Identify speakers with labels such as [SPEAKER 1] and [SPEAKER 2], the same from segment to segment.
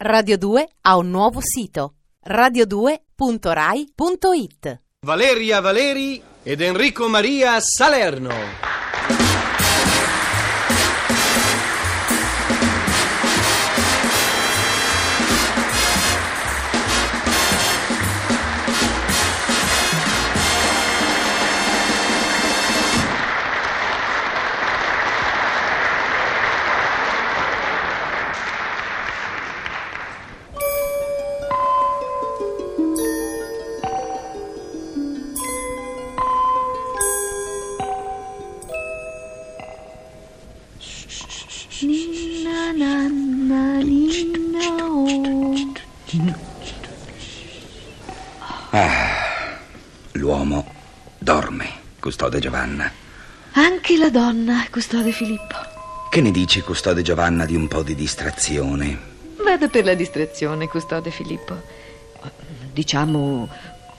[SPEAKER 1] Radio 2 ha un nuovo sito radio2.rai.it
[SPEAKER 2] Valeria Valeri ed Enrico Maria Salerno.
[SPEAKER 3] Nina nanna nina oh.
[SPEAKER 4] L'uomo dorme, custode Giovanna.
[SPEAKER 3] Anche la donna è custode Filippo.
[SPEAKER 4] Che ne dici, custode Giovanna, di un po' di distrazione?
[SPEAKER 3] Vada per la distrazione, custode Filippo. Diciamo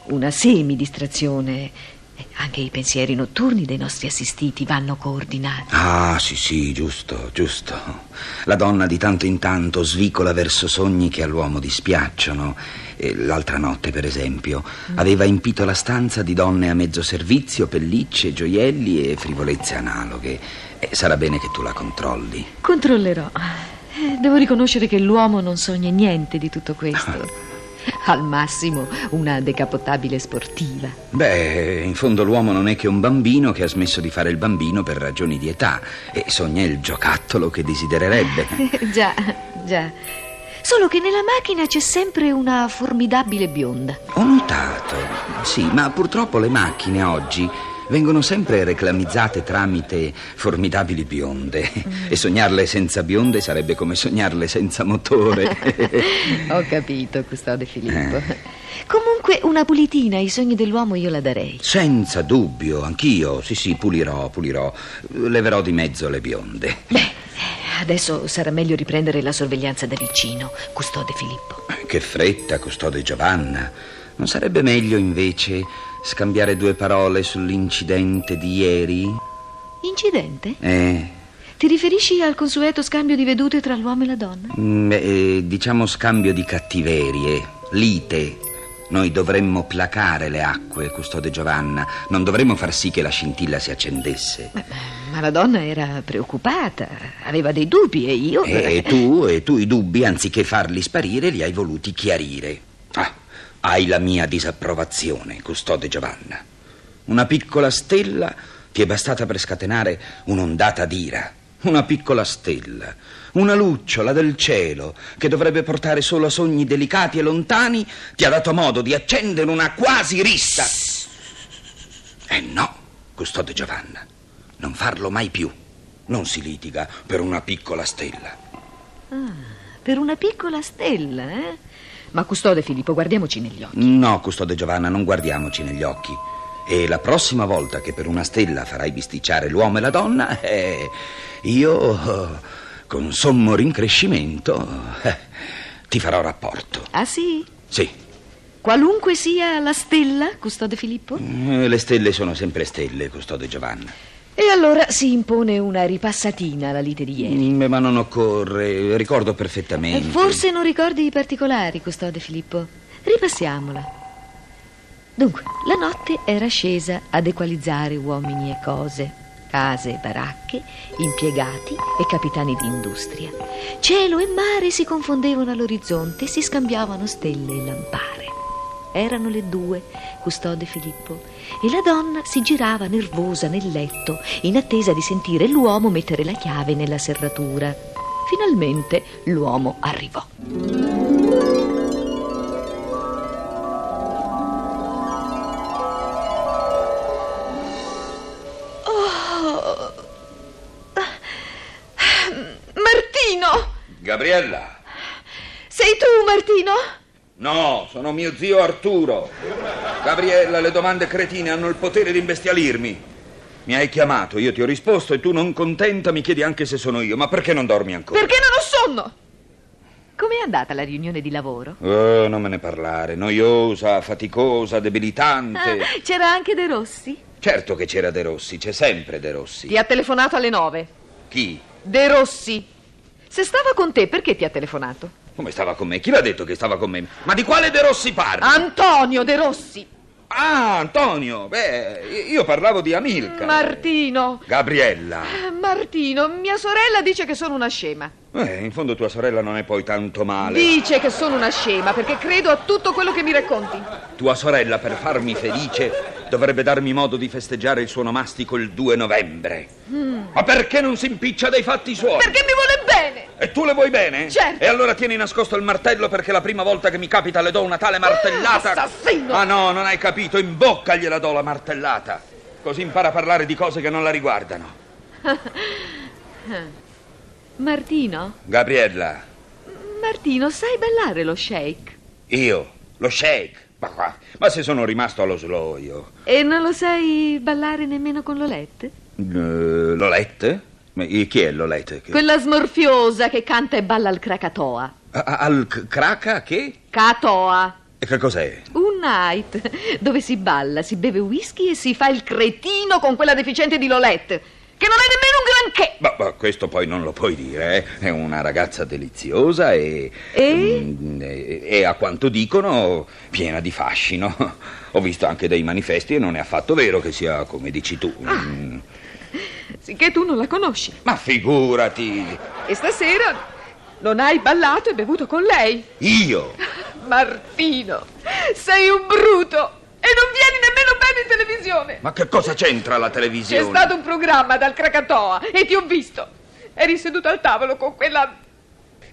[SPEAKER 3] una semidistrazione. Anche i pensieri notturni dei nostri assistiti vanno coordinati.
[SPEAKER 4] Ah, sì, sì, giusto, giusto. La donna di tanto in tanto svicola verso sogni che all'uomo dispiacciono. E l'altra notte, per esempio, aveva impito la stanza di donne a mezzo servizio, pellicce, gioielli e frivolezze analoghe. E sarà bene che tu la controlli.
[SPEAKER 3] Controllerò. Eh, Devo riconoscere che l'uomo non sogna niente di tutto questo. Al massimo una decapottabile sportiva.
[SPEAKER 4] Beh, in fondo l'uomo non è che un bambino che ha smesso di fare il bambino per ragioni di età e sogna il giocattolo che desidererebbe.
[SPEAKER 3] già, già. Solo che nella macchina c'è sempre una formidabile bionda.
[SPEAKER 4] Ho notato, sì, ma purtroppo le macchine oggi vengono sempre reclamizzate tramite formidabili bionde e sognarle senza bionde sarebbe come sognarle senza motore.
[SPEAKER 3] Ho capito, custode Filippo. Eh. Comunque, una pulitina ai sogni dell'uomo io la darei.
[SPEAKER 4] senza dubbio, anch'io, sì sì, pulirò, pulirò, leverò di mezzo le bionde.
[SPEAKER 3] Adesso sarà meglio riprendere la sorveglianza da vicino, custode Filippo.
[SPEAKER 4] Che fretta, custode Giovanna. Non sarebbe meglio invece scambiare due parole sull'incidente di ieri?
[SPEAKER 3] Incidente?
[SPEAKER 4] Eh...
[SPEAKER 3] Ti riferisci al consueto scambio di vedute tra l'uomo e la donna?
[SPEAKER 4] Mm, eh, diciamo scambio di cattiverie, lite. Noi dovremmo placare le acque, custode Giovanna. Non dovremmo far sì che la scintilla si accendesse.
[SPEAKER 3] Ma la donna era preoccupata, aveva dei dubbi e io... eh,
[SPEAKER 4] E, e tu, e tu i dubbi, anziché farli sparire, li hai voluti chiarire. Ah, hai la mia disapprovazione, custode Giovanna. Una piccola stella ti è bastata per scatenare un'ondata d'ira. Una piccola stella, una lucciola del cielo che dovrebbe portare solo a sogni delicati e lontani, ti ha dato modo di accendere una quasi rissa. Eh no, custode Giovanna, non farlo mai più. Non si litiga per una piccola stella.
[SPEAKER 3] Per una piccola stella, eh? Ma custode Filippo, guardiamoci negli occhi.
[SPEAKER 4] No, custode Giovanna, non guardiamoci negli occhi. E la prossima volta che per una stella farai bisticciare l'uomo e la donna, eh, io, eh, con sommo rincrescimento, eh, ti farò rapporto.
[SPEAKER 3] Ah sì?
[SPEAKER 4] Sì,
[SPEAKER 3] Qualunque sia la stella, custode Filippo?
[SPEAKER 4] eh, le stelle sono sempre stelle, custode Giovanna.
[SPEAKER 3] E allora si impone una ripassatina alla lite di ieri.
[SPEAKER 4] Mm, Ma non occorre, ricordo
[SPEAKER 3] E
[SPEAKER 4] perfettamente.
[SPEAKER 3] forse non ricordi i particolari, custode Filippo. Ripassiamola. Dunque, la notte era scesa ad equalizzare uomini e cose, case e baracche, impiegati e capitani di industria. Cielo e mare si confondevano all'orizzonte e si scambiavano stelle e lampare. Erano le due, custode Filippo, e la donna si girava nervosa nel letto, in attesa di sentire l'uomo mettere la chiave nella serratura. Finalmente l'uomo arrivò. Martino!
[SPEAKER 4] Gabriella!
[SPEAKER 3] Sei tu, Martino?
[SPEAKER 4] No, sono mio zio Arturo. Gabriella, le domande cretine hanno il potere di imbestialirmi. Mi hai chiamato, io ti ho risposto e tu non contenta mi chiedi anche se sono io, ma perché non dormi ancora?
[SPEAKER 3] Perché non ho sonno? Com'è andata la riunione di lavoro?
[SPEAKER 4] Oh, non me ne parlare, noiosa, faticosa, debilitante.
[SPEAKER 3] Ah, c'era anche De Rossi?
[SPEAKER 4] Certo che c'era De Rossi, c'è sempre De Rossi.
[SPEAKER 3] Ti ha telefonato alle nove.
[SPEAKER 4] Chi?
[SPEAKER 3] De Rossi. Se stava con te, perché ti ha telefonato?
[SPEAKER 4] Come stava con me? Chi l'ha detto che stava con me? Ma di quale De Rossi parli?
[SPEAKER 5] Ah. Antonio De Rossi,
[SPEAKER 4] Ah, Antonio! Beh, io parlavo di Amilca.
[SPEAKER 5] Martino.
[SPEAKER 4] Gabriella.
[SPEAKER 5] Eh, Martino, mia sorella dice che sono una scema.
[SPEAKER 4] Eh, in fondo tua sorella non è poi tanto male.
[SPEAKER 5] Dice che sono una scema perché credo a tutto quello che mi racconti.
[SPEAKER 4] Tua sorella, per farmi felice, dovrebbe darmi modo di festeggiare il suo nomastico il 2 novembre. Ma perché non si impiccia dei fatti suoi?
[SPEAKER 5] Mm. Perché mi vuole bene.
[SPEAKER 4] E tu le vuoi bene?
[SPEAKER 5] Certo.
[SPEAKER 4] E allora tieni nascosto il martello perché la prima volta che mi capita le do una tale martellata.
[SPEAKER 5] Ah, assassino!
[SPEAKER 4] Ah no, non hai capito, in bocca gliela do la martellata. Così impara a parlare di cose che non la riguardano.
[SPEAKER 3] Martino,
[SPEAKER 4] Gabriella,
[SPEAKER 3] Martino, sai ballare lo shake?
[SPEAKER 4] io, lo shake. Ma, qua- ma se sono rimasto allo slow io.
[SPEAKER 3] E non lo sai ballare nemmeno con Lolette?
[SPEAKER 4] Eh, Lolette? Ma eh, chi è Lolette? Che-
[SPEAKER 3] Quella smorfiosa che canta e balla al Krakatoa.
[SPEAKER 4] A- a- al c- craca che?
[SPEAKER 3] Katoa,
[SPEAKER 4] E che cos'è?
[SPEAKER 3] un night dove si balla, si beve whisky e si fa il cretino con quella deficiente di Lolette, che non è nemmeno un granché.
[SPEAKER 4] Ma, ma questo poi non lo puoi dire, eh? È una ragazza deliziosa e.
[SPEAKER 3] E?
[SPEAKER 4] Mm, e- e a quanto dicono piena di fascino. Ho visto anche dei manifesti e non è affatto vero che sia come dici tu.
[SPEAKER 5] Ah.
[SPEAKER 4] Mm.
[SPEAKER 5] Sicché tu non la conosci.
[SPEAKER 4] Ma figurati!
[SPEAKER 5] E stasera non hai ballato e bevuto con lei.
[SPEAKER 4] Io!
[SPEAKER 5] Martino, sei un bruto e non vieni nemmeno bene in televisione.
[SPEAKER 4] Ma che cosa c'entra la
[SPEAKER 5] C'è
[SPEAKER 4] televisione?
[SPEAKER 5] stato un programma dal Krakatoa e ti ho visto. Eri seduto al tavolo con quella.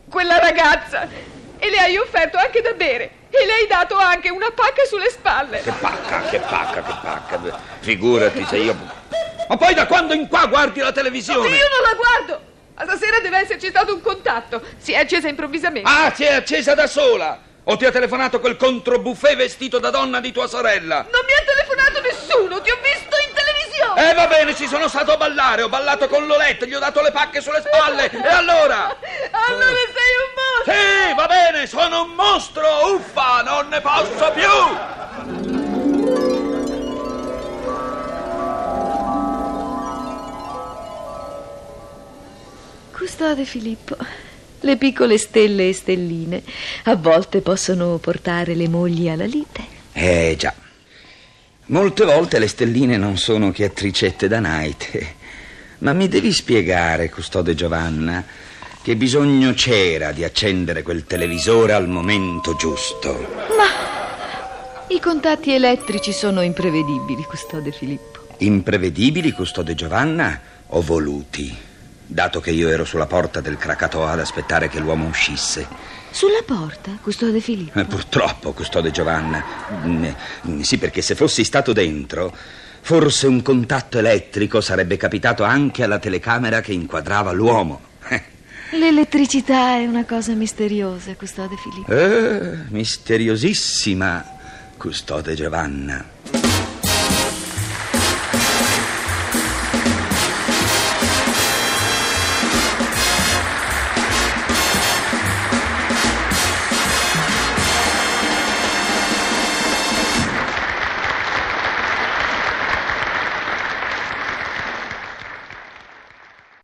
[SPEAKER 5] quella ragazza e le hai offerto anche da bere e le hai dato anche una pacca sulle spalle.
[SPEAKER 4] Che pacca, che pacca, che pacca. Figurati se io. Ma poi da quando in qua guardi la televisione?
[SPEAKER 5] Io non la guardo! Ma stasera deve esserci stato un contatto. Si è accesa improvvisamente.
[SPEAKER 4] Ah, si è accesa da sola! O ti ha telefonato quel controbuffet vestito da donna di tua sorella?
[SPEAKER 5] Non mi ha telefonato nessuno, ti ho visto in televisione!
[SPEAKER 4] Eh, va bene, ci sono stato a ballare, ho ballato con Lolette, gli ho dato le pacche sulle spalle, e allora?
[SPEAKER 5] Allora sei un mostro!
[SPEAKER 4] Sì, va bene, sono un mostro, uffa, non ne posso più!
[SPEAKER 3] Custode Filippo, le piccole stelle e stelline a volte possono portare le mogli alla lite.
[SPEAKER 4] Eh, già. Molte volte le stelline non sono che attricette da night. Ma mi devi spiegare, custode Giovanna, che bisogno c'era di accendere quel televisore al momento giusto?
[SPEAKER 3] I contatti elettrici sono imprevedibili, custode Filippo.
[SPEAKER 4] Imprevedibili, custode Giovanna, o voluti? Dato che io ero sulla porta del Krakatoa ad aspettare che l'uomo uscisse.
[SPEAKER 3] Sulla porta, custode Filippo.
[SPEAKER 4] Eh, Purtroppo, custode Giovanna. Mm, mm, Sì, perché se fossi stato dentro, forse un contatto elettrico sarebbe capitato anche alla telecamera che inquadrava l'uomo. Eh,
[SPEAKER 3] L'elettricità è una cosa misteriosa, custode Filippo.
[SPEAKER 4] eh, misteriosissima, custode Giovanna.